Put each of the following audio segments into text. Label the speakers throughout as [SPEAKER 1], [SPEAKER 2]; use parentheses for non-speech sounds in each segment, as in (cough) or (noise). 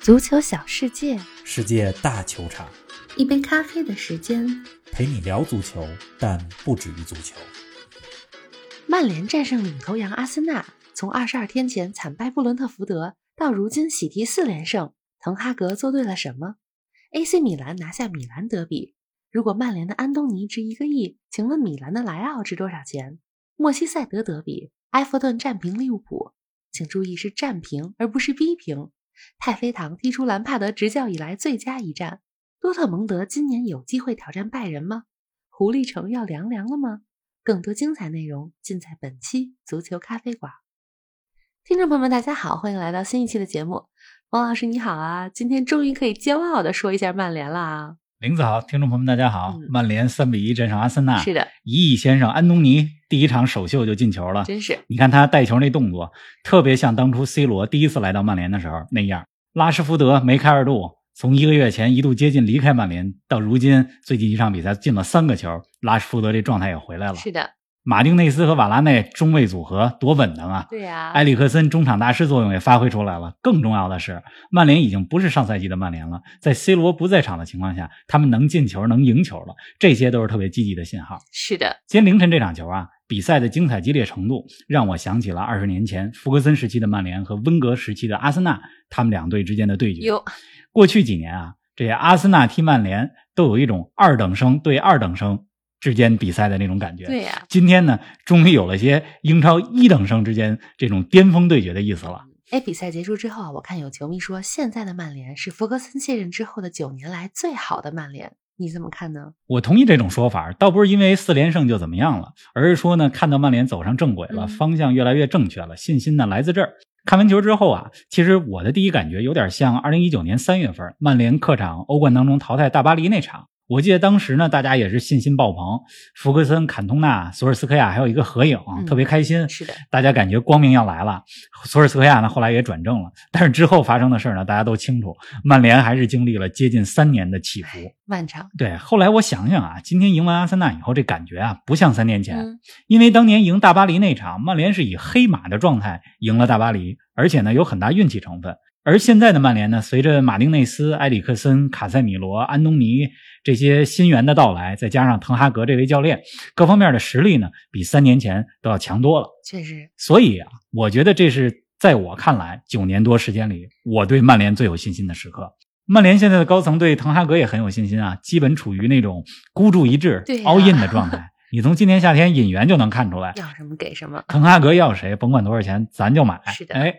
[SPEAKER 1] 足球小世界，
[SPEAKER 2] 世界大球场
[SPEAKER 3] 一杯咖啡的时间，
[SPEAKER 2] 陪你聊足球，但不止于足球。
[SPEAKER 1] 曼联战胜领头羊阿森纳，从二十二天前惨败布伦特福德到如今喜提四连胜，滕哈格做对了什么？AC 米兰拿下米兰德比，如果曼联的安东尼值一个亿，请问米兰的莱奥值多少钱？莫西塞德德比，埃弗顿战平利物浦，请注意是战平而不是逼平。太妃糖踢出兰帕德执教以来最佳一战。多特蒙德今年有机会挑战拜仁吗？狐狸城要凉凉了吗？更多精彩内容尽在本期足球咖啡馆。听众朋友们，大家好，欢迎来到新一期的节目。王老师你好啊，今天终于可以骄傲的说一下曼联了啊！
[SPEAKER 4] 林子好，听众朋友们，大家好！
[SPEAKER 1] 嗯
[SPEAKER 4] 曼联三比一战胜阿森纳，
[SPEAKER 1] 是的，
[SPEAKER 4] 一亿先生安东尼第一场首秀就进球了。
[SPEAKER 1] 真是
[SPEAKER 4] 你看他带球那动作，特别像当初 C 罗第一次来到曼联的时候那样。拉什福德梅开二度，从一个月前一度接近离开曼联，到如今最近一场比赛进了三个球，拉什福德这状态也回来了。
[SPEAKER 1] 是的，
[SPEAKER 4] 马丁内斯和瓦拉内中卫组合多稳当啊！
[SPEAKER 1] 对呀、
[SPEAKER 4] 埃里克森中场大师作用也发挥出来了。更重要的是，曼联已经不是上赛季的曼联了。在 C 罗不在场的情况下，他们能进球、能赢球了，这些都是特别积极的信号。
[SPEAKER 1] 是的，
[SPEAKER 4] 今天凌晨这场球啊，比赛的精彩激烈程度让我想起了二十年前福格森时期的曼联和温格时期的阿森纳，他们两队之间的对决。
[SPEAKER 1] 哟，
[SPEAKER 4] 过去几年啊，这阿森纳踢曼联都有一种二等生对二等生之间比赛的那种感觉。
[SPEAKER 1] 对呀、
[SPEAKER 4] 今天呢，终于有了些英超一等生之间这种巅峰对决的意思了。
[SPEAKER 1] 哎，比赛结束之后啊，我看有球迷说，现在的曼联是弗格森卸任之后的九年来最好的曼联，你怎么看呢？
[SPEAKER 4] 我同意这种说法，倒不是因为四连胜就怎么样了，而是说呢，看到曼联走上正轨了，
[SPEAKER 1] 嗯
[SPEAKER 4] 方向越来越正确了，信心呢来自这儿。看完球之后啊，其实我的第一感觉有点像2019年三月份曼联客场欧冠当中淘汰大巴黎那场。我记得当时呢，大家也是信心爆棚，福格森、坎通纳、索尔斯克亚还有一个合影，
[SPEAKER 1] 嗯
[SPEAKER 4] 特别开心。
[SPEAKER 1] 是的，
[SPEAKER 4] 大家感觉光明要来了。索尔斯克亚呢，后来也转正了，但是之后发生的事儿呢，大家都清楚。曼联还是经历了接近三年的起伏。
[SPEAKER 1] 漫长，
[SPEAKER 4] 对，后来我想想啊，今天赢完阿森纳以后，这感觉啊，不像三年前，
[SPEAKER 1] 嗯，
[SPEAKER 4] 因为当年赢大巴黎那场，曼联是以黑马的状态赢了大巴黎，而且呢有很大运气成分。而现在的曼联呢，随着马丁内斯、埃里克森、卡塞米罗、安东尼这些新援的到来，再加上滕哈格这位教练，各方面的实力呢，比三年前都要强多了。
[SPEAKER 1] 确实，
[SPEAKER 4] 所以啊，我觉得这是在我看来九年多时间里，我对曼联最有信心的时刻。曼联现在的高层对滕哈格也很有信心啊，基本处于那种孤注一掷、
[SPEAKER 1] 对呀
[SPEAKER 4] all in 的
[SPEAKER 1] (laughs)
[SPEAKER 4] 状态。你从今年夏天引援就能看出来，
[SPEAKER 1] 要什么给什么。
[SPEAKER 4] 滕哈格要谁，甭管多少钱，咱就买。
[SPEAKER 1] 是的
[SPEAKER 4] 哎，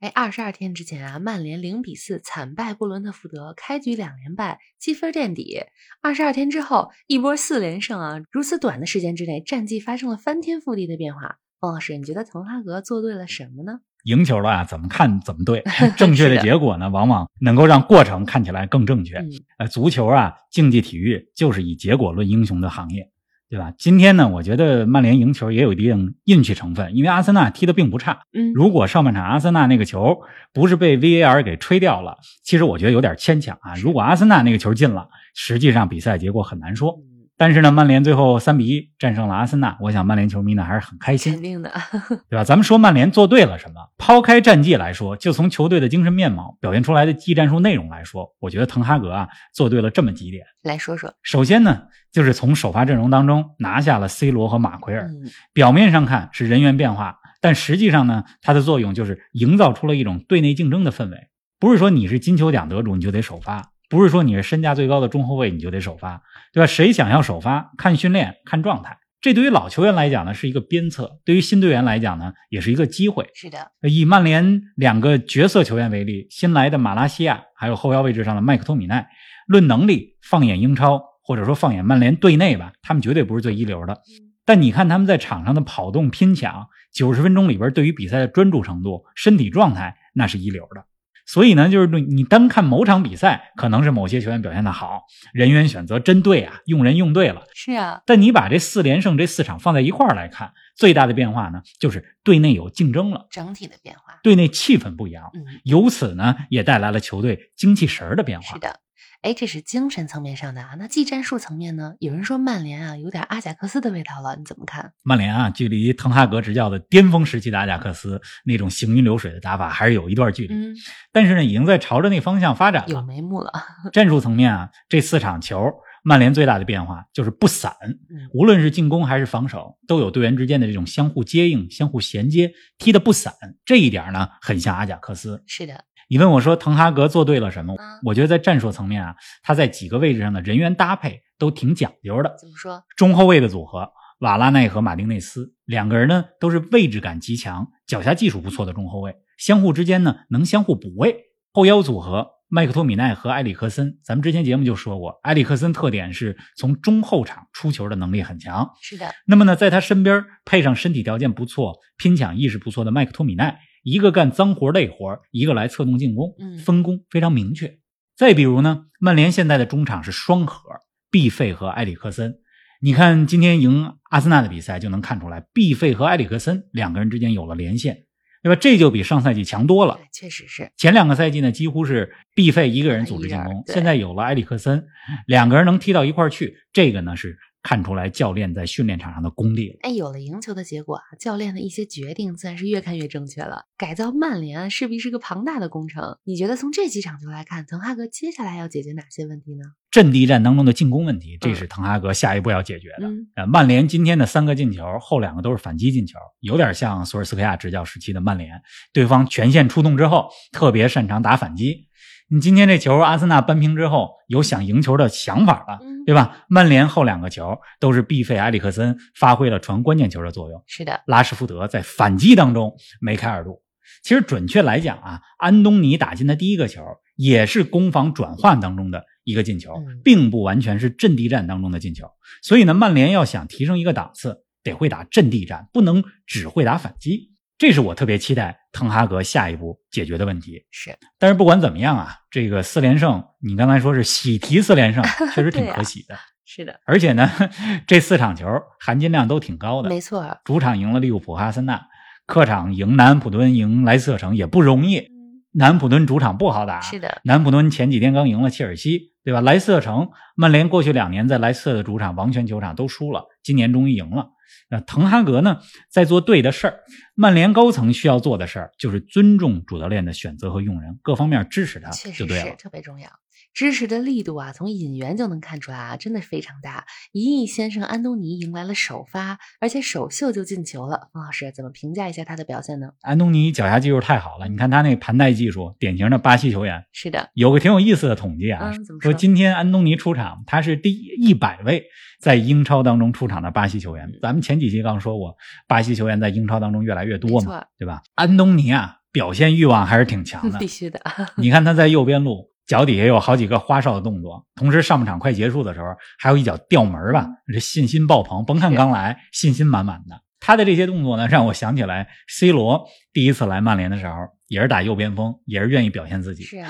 [SPEAKER 1] 哎，二十二天之前啊，曼联零比四惨败布伦特福德，开局两连败，积分垫底。二十二天之后，一波四连胜啊，如此短的时间之内，战绩发生了翻天覆地的变化。王老师，你觉得滕哈格做对了什么呢？
[SPEAKER 4] 赢球了啊，怎么看怎
[SPEAKER 1] (laughs)
[SPEAKER 4] 么对。正确的结果呢，往往能够让过程看起来更正确
[SPEAKER 1] 嗯。
[SPEAKER 4] 呃，足球啊，竞技体育就是以结果论英雄的行业，对吧？今天呢，我觉得曼联赢球也有一定运气成分，因为阿森纳踢得并不差。
[SPEAKER 1] 嗯，
[SPEAKER 4] 如果上半场阿森纳那个球不是被 VAR 给吹掉了，其实我觉得有点牵强啊。如果阿森纳那个球进了，实际上比赛结果很难说。
[SPEAKER 1] 嗯
[SPEAKER 4] 但是呢，曼联最后三比一战胜了阿森纳，我想曼联球迷呢还是很开心
[SPEAKER 1] 肯。定的， (laughs)
[SPEAKER 4] 对吧？咱们说曼联做对了什么？抛开战绩来说，就从球队的精神面貌表现出来的技战术内容来说，我觉得滕哈格啊做对了这么几点。
[SPEAKER 1] 来说说。
[SPEAKER 4] 首先呢，就是从首发阵容当中拿下了 C 罗和马奎尔，
[SPEAKER 1] 嗯，
[SPEAKER 4] 表面上看是人员变化，但实际上呢，它的作用就是营造出了一种队内竞争的氛围。不是说你是金球奖得主你就得首发，不是说你是身价最高的中后卫你就得首发，对吧？谁想要首发，看训练，看状态。这对于老球员来讲呢是一个鞭策，对于新队员来讲呢也是一个机会。
[SPEAKER 1] 是的，
[SPEAKER 4] 呃以曼联两个角色球员为例，新来的马拉西亚，还有后腰位置上的麦克托米奈，论能力，放眼英超或者说放眼曼联队内吧，他们绝对不是最一流的。但你看他们在场上的跑动拼抢，九十分钟里边对于比赛的专注程度、身体状态，那是一流的。所以呢，就是你单看某场比赛，可能是某些球员表现的好，人员选择真对啊，用人用对了。
[SPEAKER 1] 是啊，
[SPEAKER 4] 但你把这四连胜这四场放在一块儿来看，最大的变化呢，就是队内有竞争了。
[SPEAKER 1] 整体的变化。
[SPEAKER 4] 队内气氛不一样，
[SPEAKER 1] 嗯，
[SPEAKER 4] 由此呢也带来了球队精气神儿的变
[SPEAKER 1] 是
[SPEAKER 4] 化。
[SPEAKER 1] 的。哎，这是精神层面上的啊。那技战术层面呢？有人说曼联啊有点阿贾克斯的味道了，你怎么看？
[SPEAKER 4] 曼联啊，距离滕哈格执教的巅峰时期的阿贾克斯那种行云流水的打法还是有一段距离，
[SPEAKER 1] 嗯，
[SPEAKER 4] 但是呢，已经在朝着那方向发展
[SPEAKER 1] 有
[SPEAKER 4] 了。
[SPEAKER 1] 眉目了。
[SPEAKER 4] 战术层面啊，这四场球，曼联最大的变化就是不散，
[SPEAKER 1] 嗯
[SPEAKER 4] 无论是进攻还是防守，都有队员之间的这种相互接应、相互衔接，踢得不散。这一点呢，很像阿贾克斯。
[SPEAKER 1] 是的，
[SPEAKER 4] 你问我说滕哈格做对了什么
[SPEAKER 1] 嗯？
[SPEAKER 4] 我觉得在战术层面啊，他在几个位置上的人员搭配都挺讲究的。
[SPEAKER 1] 怎么说？
[SPEAKER 4] 中后卫的组合，瓦拉内和马丁内斯两个人呢都是位置感极强、脚下技术不错的中后卫，相互之间呢能相互补位。后腰组合，麦克托米奈和埃里克森，咱们之前节目就说过，埃里克森特点是从中后场出球的能力很强。
[SPEAKER 1] 是的，
[SPEAKER 4] 那么呢，在他身边配上身体条件不错、拼抢意识不错的麦克托米奈，一个干脏活累活，一个来策动进攻
[SPEAKER 1] 嗯，
[SPEAKER 4] 分工非常明确。再比如呢，曼联现在的中场是双核，毕费和埃里克森。你看今天赢阿森纳的比赛就能看出来，毕费和埃里克森两个人之间有了连线，对吧？这就比上赛季强多了。
[SPEAKER 1] 哎确实是。
[SPEAKER 4] 前两个赛季呢，几乎是毕费一个人组织进
[SPEAKER 1] 一个
[SPEAKER 4] 攻
[SPEAKER 1] 人，对
[SPEAKER 4] 现在有了埃里克森，两个人能踢到一块儿去，这个呢是看出来教练在训练场上的功力了。
[SPEAKER 1] 哎，有了赢球的结果啊，教练的一些决定自然是越看越正确了。改造曼联啊势必是个庞大的工程。你觉得从这几场球来看，滕哈格接下来要解决哪些问题呢？
[SPEAKER 4] 阵地战当中的进攻问题，这是滕哈格下一步要解决的。
[SPEAKER 1] 嗯，
[SPEAKER 4] 呃，曼联今天的三个进球，后两个都是反击进球，有点像索尔斯克亚执教时期的曼联，对方全线出动之后，特别擅长打反击。你今天这球，阿森纳扳平之后，有想赢球的想法了，
[SPEAKER 1] 嗯
[SPEAKER 4] 对吧？曼联后两个球都是毕费、埃里克森发挥了传关键球的作用。
[SPEAKER 1] 是的，
[SPEAKER 4] 拉什福德在反击当中梅开二度。其实准确来讲啊，安东尼打进的第一个球也是攻防转换当中的一个进球
[SPEAKER 1] 嗯，
[SPEAKER 4] 并不完全是阵地战当中的进球。所以呢，曼联要想提升一个档次，得会打阵地战，不能只会打反击。这是我特别期待滕哈格下一步解决的问题。
[SPEAKER 1] 是
[SPEAKER 4] 但是不管怎么样啊，这个四连胜，你刚才说是喜提四
[SPEAKER 1] (laughs)
[SPEAKER 4] 连胜，确实挺
[SPEAKER 1] 对啊
[SPEAKER 4] 可喜的。
[SPEAKER 1] 是的，
[SPEAKER 4] 而且呢， (laughs) 这四场球含金量都挺高的，
[SPEAKER 1] 没错儿。
[SPEAKER 4] 主场赢了利物浦、阿森纳，客场赢南安普敦、赢莱斯特城也不容易。
[SPEAKER 1] 嗯，
[SPEAKER 4] 南安普敦主场不好打，
[SPEAKER 1] 是的，
[SPEAKER 4] 南安普敦前几天刚赢了切尔西，对吧？莱斯特城，曼联过去两年在莱斯特的主场王权球场都输了，今年终于赢了。那滕哈格呢，在做对的事儿。曼联高层需要做的事儿就是尊重主教练的选择和用人，各方面支持他
[SPEAKER 1] 确
[SPEAKER 4] 就
[SPEAKER 1] 实
[SPEAKER 4] 对
[SPEAKER 1] 是
[SPEAKER 4] 了。
[SPEAKER 1] 特别重要。支持的力度啊，从引援就能看出来啊，真的非常大。一亿先生安东尼迎来了首发，而且首秀就进球了。冯老师怎么评价一下他的表现呢？
[SPEAKER 4] 安东尼脚下技术太好了，你看他那盘带技术，典型的巴西球员，
[SPEAKER 1] 是的，
[SPEAKER 4] 有个挺有意思的统计啊，
[SPEAKER 1] 嗯怎么说
[SPEAKER 4] 说今天安东尼出场，他是第一百位在英超当中出场的巴西球员
[SPEAKER 1] 嗯。
[SPEAKER 4] 咱们前几期刚说过，巴西球员在英超当中越来越
[SPEAKER 1] 没
[SPEAKER 4] 多
[SPEAKER 1] 错
[SPEAKER 4] 嘛
[SPEAKER 1] 儿，
[SPEAKER 4] 对吧？安东尼啊，表现欲望还是挺
[SPEAKER 1] (laughs)
[SPEAKER 4] 强的
[SPEAKER 1] 必。须的。啊
[SPEAKER 4] 你看他在右边路。脚底下有好几个花哨的动作，同时上半场快结束的时候，还有一脚吊门吧，
[SPEAKER 1] 嗯
[SPEAKER 4] 这信心爆棚。甭看
[SPEAKER 1] 是
[SPEAKER 4] 刚来，信心满满的。他的这些动作呢，让我想起来 C 罗第一次来曼联的时候，也是打右边锋，也是愿意表现自己。
[SPEAKER 1] 是啊，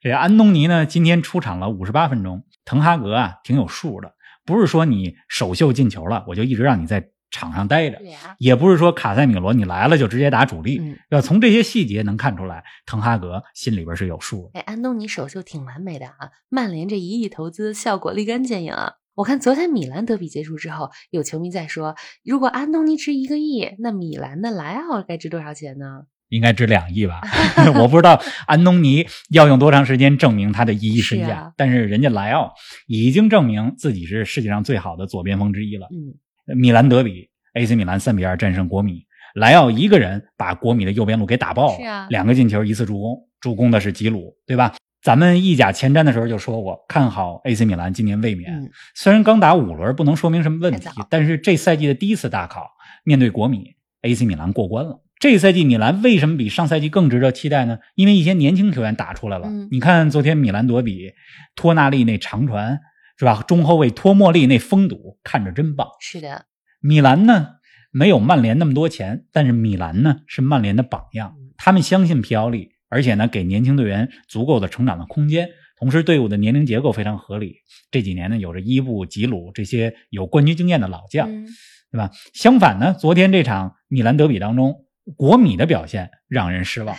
[SPEAKER 4] 这安东尼呢，今天出场了五十八分钟。滕哈格啊，挺有数的，不是说你首秀进球了，我就一直让你在场上待着，
[SPEAKER 1] 对 (laughs) 啊，
[SPEAKER 4] 也不是说卡塞米罗你来了就直接打主力。
[SPEAKER 1] 嗯。
[SPEAKER 4] 要从这些细节能看出来，滕哈格心里边是有数
[SPEAKER 1] 哎，
[SPEAKER 4] 的。
[SPEAKER 1] 安东尼首秀挺完美的啊！曼联这一亿投资效果立竿见影啊！我看昨天米兰德比结束之后，有球迷在说，如果安东尼值一个亿，那米兰的莱奥该值多少钱呢？
[SPEAKER 4] 应该值两亿吧？
[SPEAKER 1] (laughs)
[SPEAKER 4] 我不知道安东尼要用多长时间证明他的一亿身价，
[SPEAKER 1] 是啊
[SPEAKER 4] 但是人家莱奥已经证明自己是世界上最好的左边锋之一了。
[SPEAKER 1] 嗯，
[SPEAKER 4] 米兰德比，AC 米兰三比二战胜国米，莱奥一个人把国米的右边路给打爆了，
[SPEAKER 1] 是啊
[SPEAKER 4] 两个进球，一次助攻，助攻的是吉鲁，对吧？咱们意甲前瞻的时候就说过，看好 AC 米兰今年卫冕。
[SPEAKER 1] 嗯
[SPEAKER 4] 虽然刚打五轮，不能说明什么问题
[SPEAKER 1] 太早，
[SPEAKER 4] 但是这赛季的第一次大考，面对国米，AC 米兰过关了。这赛季米兰为什么比上赛季更值得期待呢？因为一些年轻球员打出来了。
[SPEAKER 1] 嗯
[SPEAKER 4] 你看昨天米兰德比，托纳利那长传是吧？中后卫托莫利那封堵，看着真棒。
[SPEAKER 1] 是的，
[SPEAKER 4] 米兰呢没有曼联那么多钱，但是米兰呢是曼联的榜样，
[SPEAKER 1] 嗯
[SPEAKER 4] 他们相信皮奥利，而且呢给年轻队员足够的成长的空间，同时队伍的年龄结构非常合理。这几年呢有着伊布、吉鲁这些有冠军经验的老将，
[SPEAKER 1] 嗯，。
[SPEAKER 4] 对吧？相反呢，昨天这场米兰德比当中，国米的表现让人失望。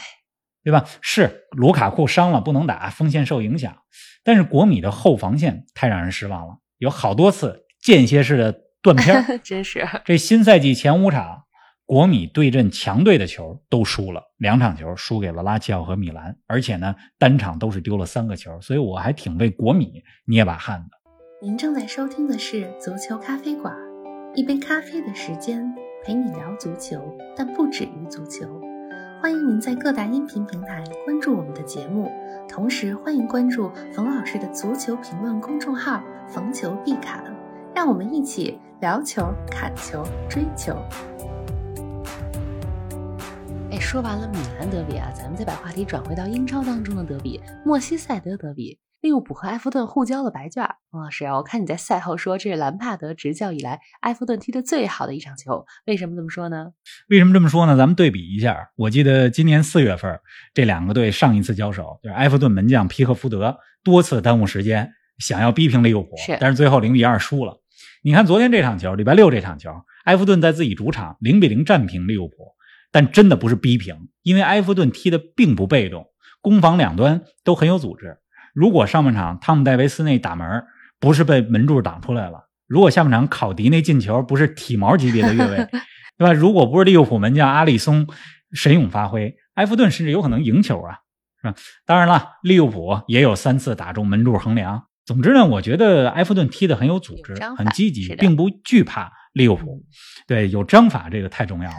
[SPEAKER 4] 对吧？是卢卡库伤了不能打，锋线受影响，但是国米的后防线太让人失望了，有好多次间歇式的断片儿
[SPEAKER 1] (laughs) (laughs) 真是啊
[SPEAKER 4] 这新赛季前五场，国米对阵强队的球都输了，两场球输给了拉齐奥和米兰，而且呢单场都是丢了三个球，所以我还挺为国米捏把汗的。
[SPEAKER 3] 您正在收听的是《足球咖啡馆》，一杯咖啡的时间陪你聊足球，但不止于足球。欢迎您在各大音频平台关注我们的节目，同时欢迎关注冯老师的足球评论公众号“冯球必侃”，让我们一起聊球、砍球、追球。
[SPEAKER 1] 哎，说完了米兰德比啊，咱们再把话题转回到英超当中的德比——莫西塞德德比。利物浦和埃弗顿互交了白卷儿。王老师啊，我看你在赛后说这是兰帕德执教以来埃弗顿踢得最好的一场球，为什么这么说呢？
[SPEAKER 4] 为什么这么说呢？咱们对比一下，我记得今年四月份这两个队上一次交手，就是埃弗顿门将皮克福德多次耽误时间，想要逼平利物浦
[SPEAKER 1] 是，
[SPEAKER 4] 但是最后零比二输了。你看昨天这场球，礼拜六这场球，埃弗顿在自己主场零比零战平利物浦，但真的不是逼平，因为埃弗顿踢的并不被动，攻防两端都很有组织。如果上半场汤姆戴维斯那打门儿不是被门柱挡出来了，如果下半场考迪那进球不是体毛级别的越
[SPEAKER 1] (laughs)
[SPEAKER 4] 位，对吧？如果不是利物浦门将阿里松神勇发挥，埃弗顿甚至有可能赢球啊，是吧？当然了，利物浦也有三次打中门柱横梁。总之呢，我觉得埃弗顿踢得很有组织
[SPEAKER 1] 有章，法
[SPEAKER 4] 很积
[SPEAKER 1] 是
[SPEAKER 4] 极，
[SPEAKER 1] 的
[SPEAKER 4] 并不惧怕利物浦。对，有章法这个太重要了。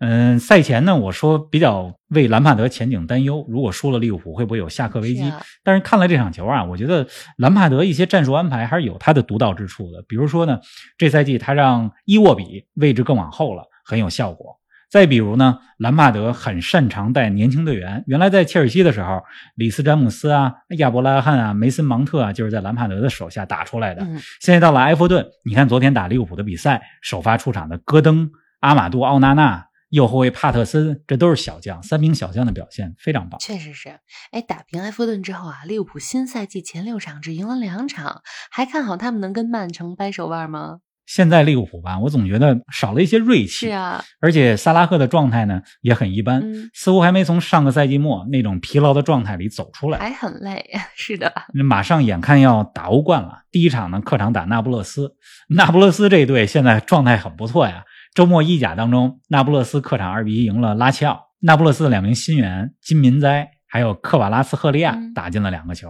[SPEAKER 4] 嗯，赛前呢，我说比较为兰帕德前景担忧，如果输了利物浦，会不会有下课危
[SPEAKER 1] 是
[SPEAKER 4] 机？
[SPEAKER 1] 啊
[SPEAKER 4] 但是看了这场球啊，我觉得兰帕德一些战术安排还是有他的独到之处的。比如说呢，这赛季他让伊沃比位置更往后了，很有效果。再比如呢，兰帕德很擅长带年轻队员。原来在切尔西的时候，里斯詹姆斯啊、亚伯拉罕啊、梅森芒特啊，就是在兰帕德的手下打出来的。
[SPEAKER 1] 嗯，
[SPEAKER 4] 现在到了埃弗顿，你看昨天打利物浦的比赛，首发出场的戈登、阿马杜、奥纳纳，右后卫帕特森，这都是小将，三名小将的表现非常棒。
[SPEAKER 1] 确实是。哎，打平埃弗顿之后啊，利物浦新赛季前六场只赢了两场，还看好他们能跟曼城掰手腕吗？
[SPEAKER 4] 现在利物浦吧，我总觉得少了一些锐气，
[SPEAKER 1] 是啊，
[SPEAKER 4] 而且萨拉赫的状态呢也很一般，
[SPEAKER 1] 嗯
[SPEAKER 4] 似乎还没从上个赛季末那种疲劳的状态里走出来。
[SPEAKER 1] 还很累。 (laughs) 是的，
[SPEAKER 4] 马上眼看要打欧冠了，第一场呢客场打那不勒斯，那不勒斯这一队现在状态很不错呀。周末意甲当中，那不勒斯客场二比一赢了拉齐奥，那不勒斯的两名新援金民哉还有克瓦拉斯赫利亚
[SPEAKER 1] 嗯
[SPEAKER 4] 打进了两个球。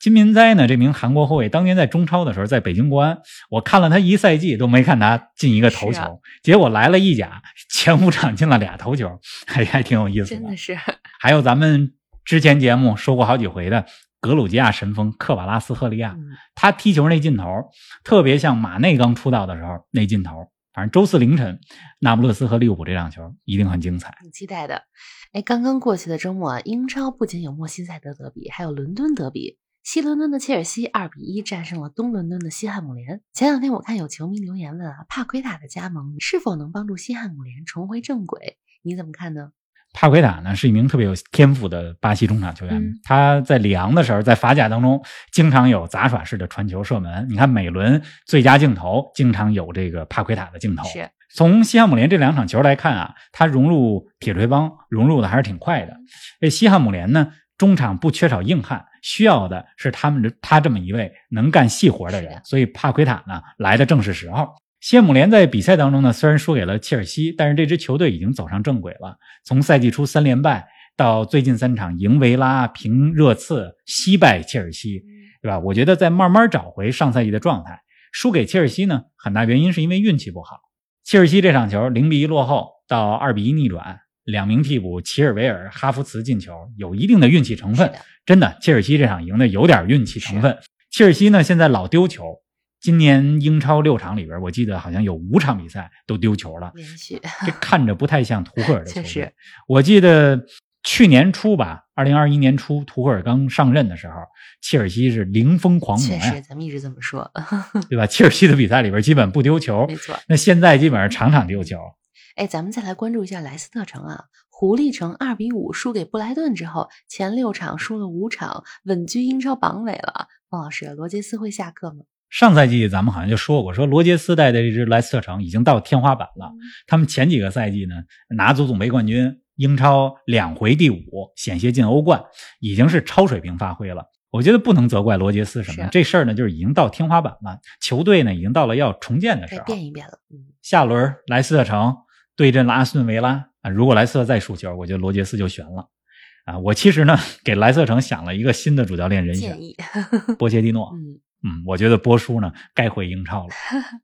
[SPEAKER 4] 金民哉呢，这名韩国后卫当年在中超的时候，在北京国安，我看了他一赛季都没看他进一个头
[SPEAKER 1] 是
[SPEAKER 4] 球，
[SPEAKER 1] 啊
[SPEAKER 4] 结果来了意甲前五场进了俩头球，哎还还挺有意思
[SPEAKER 1] 真的是。 (laughs)
[SPEAKER 4] 还有咱们之前节目说过好几回的格鲁吉亚神锋克瓦拉斯赫利亚，
[SPEAKER 1] 嗯
[SPEAKER 4] 他踢球那劲头，特别像马内刚出道的时候那劲头。反正周四凌晨，那不勒斯和利物浦这场球一定很精彩。
[SPEAKER 1] 挺期待的。哎，刚刚过去的周末啊，英超不仅有莫西塞德德比，还有伦敦德比。西伦敦的切尔西二比一战胜了东伦敦的西汉姆联。前两天我看有球迷留言问啊，帕奎塔的加盟是否能帮助西汉姆联重回正轨？你怎么看呢？
[SPEAKER 4] 帕奎塔呢是一名特别有天赋的巴西中场球员，
[SPEAKER 1] 嗯
[SPEAKER 4] 他在里昂的时候，在法甲当中经常有杂耍式的传球射门。你看每轮最佳镜头经常有这个帕奎塔的镜头。
[SPEAKER 1] 是
[SPEAKER 4] 从西汉姆联这两场球来看啊，他融入铁锤帮融入的还是挺快的。这西汉姆联呢，中场不缺少硬汉，需要的是他们这他这么一位能干细活的
[SPEAKER 1] 是
[SPEAKER 4] 人
[SPEAKER 1] 的。
[SPEAKER 4] 所以帕奎塔呢来的正是时候。西汉姆联在比赛当中呢，虽然输给了切尔西，但是这支球队已经走上正轨了。从赛季初三连败到最近三场赢维拉、平热刺、惜败切尔西，对吧？我觉得在慢慢找回上赛季的状态。输给切尔西呢，很大原因是因为运气不好。切尔西这场球零比一落后到二比一逆转，两名替补齐尔维尔、哈弗茨进球，有一定的运气成
[SPEAKER 1] 是
[SPEAKER 4] 分。
[SPEAKER 1] 的，
[SPEAKER 4] 真的，切尔西这场赢的有点运气成分。切尔西呢，现在老丢球。今年英超六场里边，我记得好像有五场比赛都丢球了，
[SPEAKER 1] 连续 (laughs)
[SPEAKER 4] 这看着不太像图赫尔的球
[SPEAKER 1] 确
[SPEAKER 4] 队。
[SPEAKER 1] 实
[SPEAKER 4] 我记得去年初吧，二零二一年初，图赫尔刚上任的时候，切尔西是零封狂魔
[SPEAKER 1] 确
[SPEAKER 4] 呀
[SPEAKER 1] 实，，咱们一直这么说， (laughs)
[SPEAKER 4] 对吧？切尔西的比赛里边基本不丢球
[SPEAKER 1] 没，错。
[SPEAKER 4] 那现在基本上场场丢球。
[SPEAKER 1] 哎，咱们再来关注一下莱斯特城啊，狐狸城二比五输给布莱顿之后，前六场输了五场，稳居英超榜尾了。王老师，罗杰斯会下课吗？
[SPEAKER 4] 上赛季咱们好像就说过，说罗杰斯带的这支莱斯特城已经到天花板了。他们前几个赛季呢拿足总杯冠军，英超两回第五，险些进欧冠，已经是超水平发挥了。我觉得不能责怪罗杰斯什么
[SPEAKER 1] 是
[SPEAKER 4] 的，这事儿呢就是已经到天花板了，球队呢已经到了要重建的时
[SPEAKER 1] 该
[SPEAKER 4] 候。
[SPEAKER 1] 变一变了。嗯，
[SPEAKER 4] 下轮莱斯特城对阵了阿斯顿维拉啊，如果莱斯特再输球，我觉得罗杰斯就悬了啊。我其实呢给莱斯特城想了一个新的主教练人选
[SPEAKER 1] 建，议， (laughs)
[SPEAKER 4] 波切蒂诺。
[SPEAKER 1] 嗯，
[SPEAKER 4] 嗯，我觉得波叔呢该回英超了。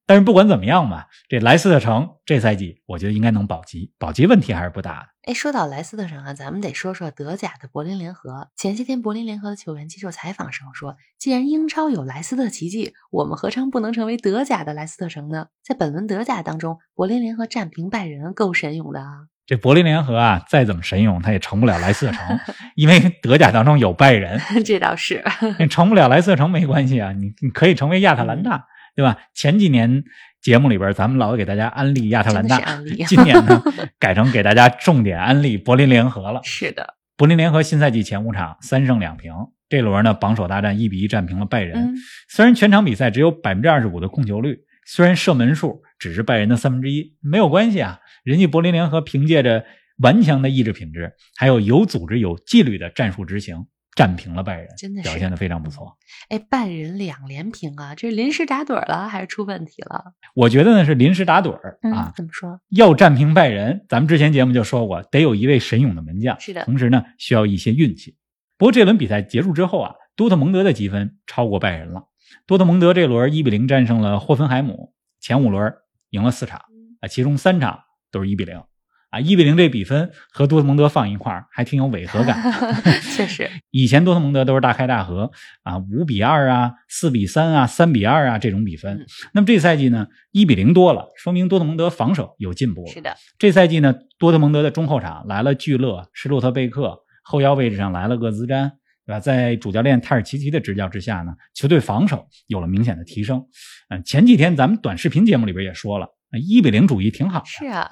[SPEAKER 4] 但是不管怎么样吧，这莱斯特城这赛季我觉得应该能保级，保级问题还是不大的。
[SPEAKER 1] 哎，说到莱斯特城啊，咱们得说说德甲的柏林联合。前些天，柏林联合的球员接受采访时候说，既然英超有莱斯特奇迹，我们何尝不能成为德甲的莱斯特城呢？在本轮德甲当中，柏林联合战平拜仁，够神勇的啊！ (laughs)
[SPEAKER 4] 这柏林联合啊，再怎么神勇，他也成不了莱斯特城， (laughs) 因为德甲当中有拜仁，
[SPEAKER 1] 这倒是，
[SPEAKER 4] (laughs) 你成不了莱斯特城没关系啊，你你可以成为亚特兰
[SPEAKER 1] 嗯
[SPEAKER 4] 大，对吧？前几年节目里边，咱们老给大家安利亚特兰
[SPEAKER 1] 真的是
[SPEAKER 4] 大
[SPEAKER 1] 安利， (laughs)
[SPEAKER 4] 今年呢改成给大家重点安利柏林联合了。
[SPEAKER 1] 是的，
[SPEAKER 4] 柏林联合新赛季前五场三胜两平，这轮呢榜首大战一比一战平了拜仁。
[SPEAKER 1] 嗯，
[SPEAKER 4] 虽然全场比赛只有百分之二十五的控球率，虽然射门数只是拜仁的三分之一，没有关系啊。人家柏林联合凭借着顽强的意志品质，还有有组织、有纪律的战术执行，战平了拜仁，
[SPEAKER 1] 真的是
[SPEAKER 4] 表现得非常不错。
[SPEAKER 1] 哎，拜仁两连平啊，这是临时打盹儿了还是出问题了？
[SPEAKER 4] 我觉得呢是临时打盹儿
[SPEAKER 1] 嗯，
[SPEAKER 4] 啊，
[SPEAKER 1] 怎么说？
[SPEAKER 4] 要战平拜仁，咱们之前节目就说过，得有一位神勇的门将，
[SPEAKER 1] 是的
[SPEAKER 4] 同时呢需要一些运气。不过这轮比赛结束之后啊，多特蒙德的积分超过拜仁了。多特蒙德这轮一比零战胜了霍芬海姆，前五轮赢了四场啊，其中三场都是一比零啊，一比零这比分和多特蒙德放一块儿还挺有违和感的。
[SPEAKER 1] (laughs) 确
[SPEAKER 4] (laughs)
[SPEAKER 1] 实，
[SPEAKER 4] 以前多特蒙德都是大开大合啊，五比二啊，四比三啊，三比二啊这种比分
[SPEAKER 1] 嗯。
[SPEAKER 4] 那么这赛季呢，一比零多了，说明多特蒙德防守有进步了。
[SPEAKER 1] 是的，
[SPEAKER 4] 这赛季呢，多特蒙德的中后场来了聚勒、施洛特贝克，后腰位置上来了厄兹詹，对吧？在主教练泰尔奇奇的执教之下呢，球队防守有了明显的提升。嗯、前几天咱们短视频节目里边也说了，呃一比零主义挺好的。
[SPEAKER 1] 是啊，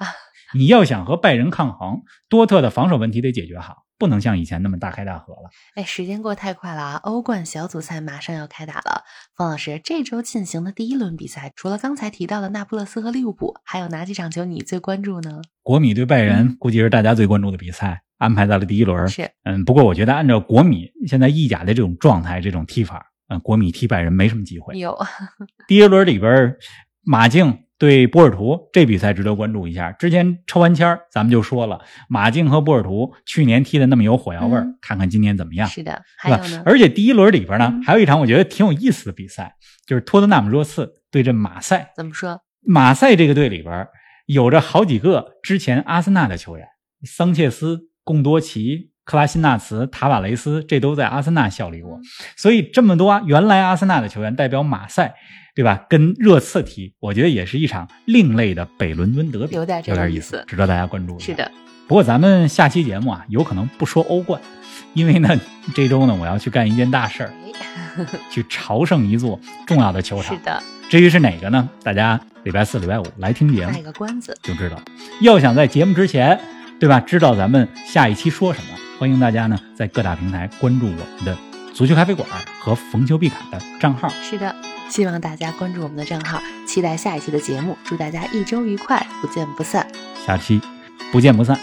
[SPEAKER 4] 你要想和拜仁抗衡，多特的防守问题得解决好，不能像以前那么大开大合了。
[SPEAKER 1] 哎，时间过得太快了啊！欧冠小组赛马上要开打了。方老师，这周进行的第一轮比赛，除了刚才提到的那不勒斯和利物浦，还有哪几场球你最关注呢？
[SPEAKER 4] 国米对拜仁估计是大家最关注的比赛，安排在了第一轮。
[SPEAKER 1] 嗯是，
[SPEAKER 4] 嗯，不过我觉得按照国米现在意甲的这种状态、这种踢法，嗯，国米踢拜仁没什么机会。
[SPEAKER 1] 有
[SPEAKER 4] 第一轮里边儿，马竞对波尔图这比赛值得关注一下。之前抽完签儿，咱们就说了，马竞和波尔图去年踢的那么有火药味儿，
[SPEAKER 1] 嗯
[SPEAKER 4] 看看今年怎么样，
[SPEAKER 1] 是的，还
[SPEAKER 4] 对吧
[SPEAKER 1] 有呢？
[SPEAKER 4] 而且第一轮里边呢，
[SPEAKER 1] 嗯
[SPEAKER 4] 还有一场我觉得挺有意思的比赛，就是托特纳姆热刺对阵马赛。
[SPEAKER 1] 怎么说？
[SPEAKER 4] 马赛这个队里边儿有着好几个之前阿森纳的球员，桑切斯、贡多齐、克拉辛纳茨、塔瓦雷斯，这都在阿森纳效力过。所以这么多原来阿森纳的球员代表马赛，对吧？跟热刺踢，我觉得也是一场另类的北伦敦德比，
[SPEAKER 1] 有
[SPEAKER 4] 有
[SPEAKER 1] 点这个
[SPEAKER 4] 点
[SPEAKER 1] 意
[SPEAKER 4] 意
[SPEAKER 1] 思
[SPEAKER 4] 思，值得大家关注一下
[SPEAKER 1] 是。的，
[SPEAKER 4] 不过咱们下期节目啊，有可能不说欧冠，因为呢，这周呢我要去干一件大事儿，去朝圣一座重要的球
[SPEAKER 1] 哎是
[SPEAKER 4] 场。
[SPEAKER 1] 的，
[SPEAKER 4] 至于是哪个呢？大家礼拜四、礼拜五来听节目
[SPEAKER 1] 卖个关子。
[SPEAKER 4] 就知道。要想在节目之前，对吧，知道咱们下一期说什么，欢迎大家呢在各大平台关注我们的足球咖啡馆和冯球必侃的账号。
[SPEAKER 1] 是的，希望大家关注我们的账号，期待下一期的节目。祝大家一周愉快，不见不散。
[SPEAKER 4] 下期不见不散。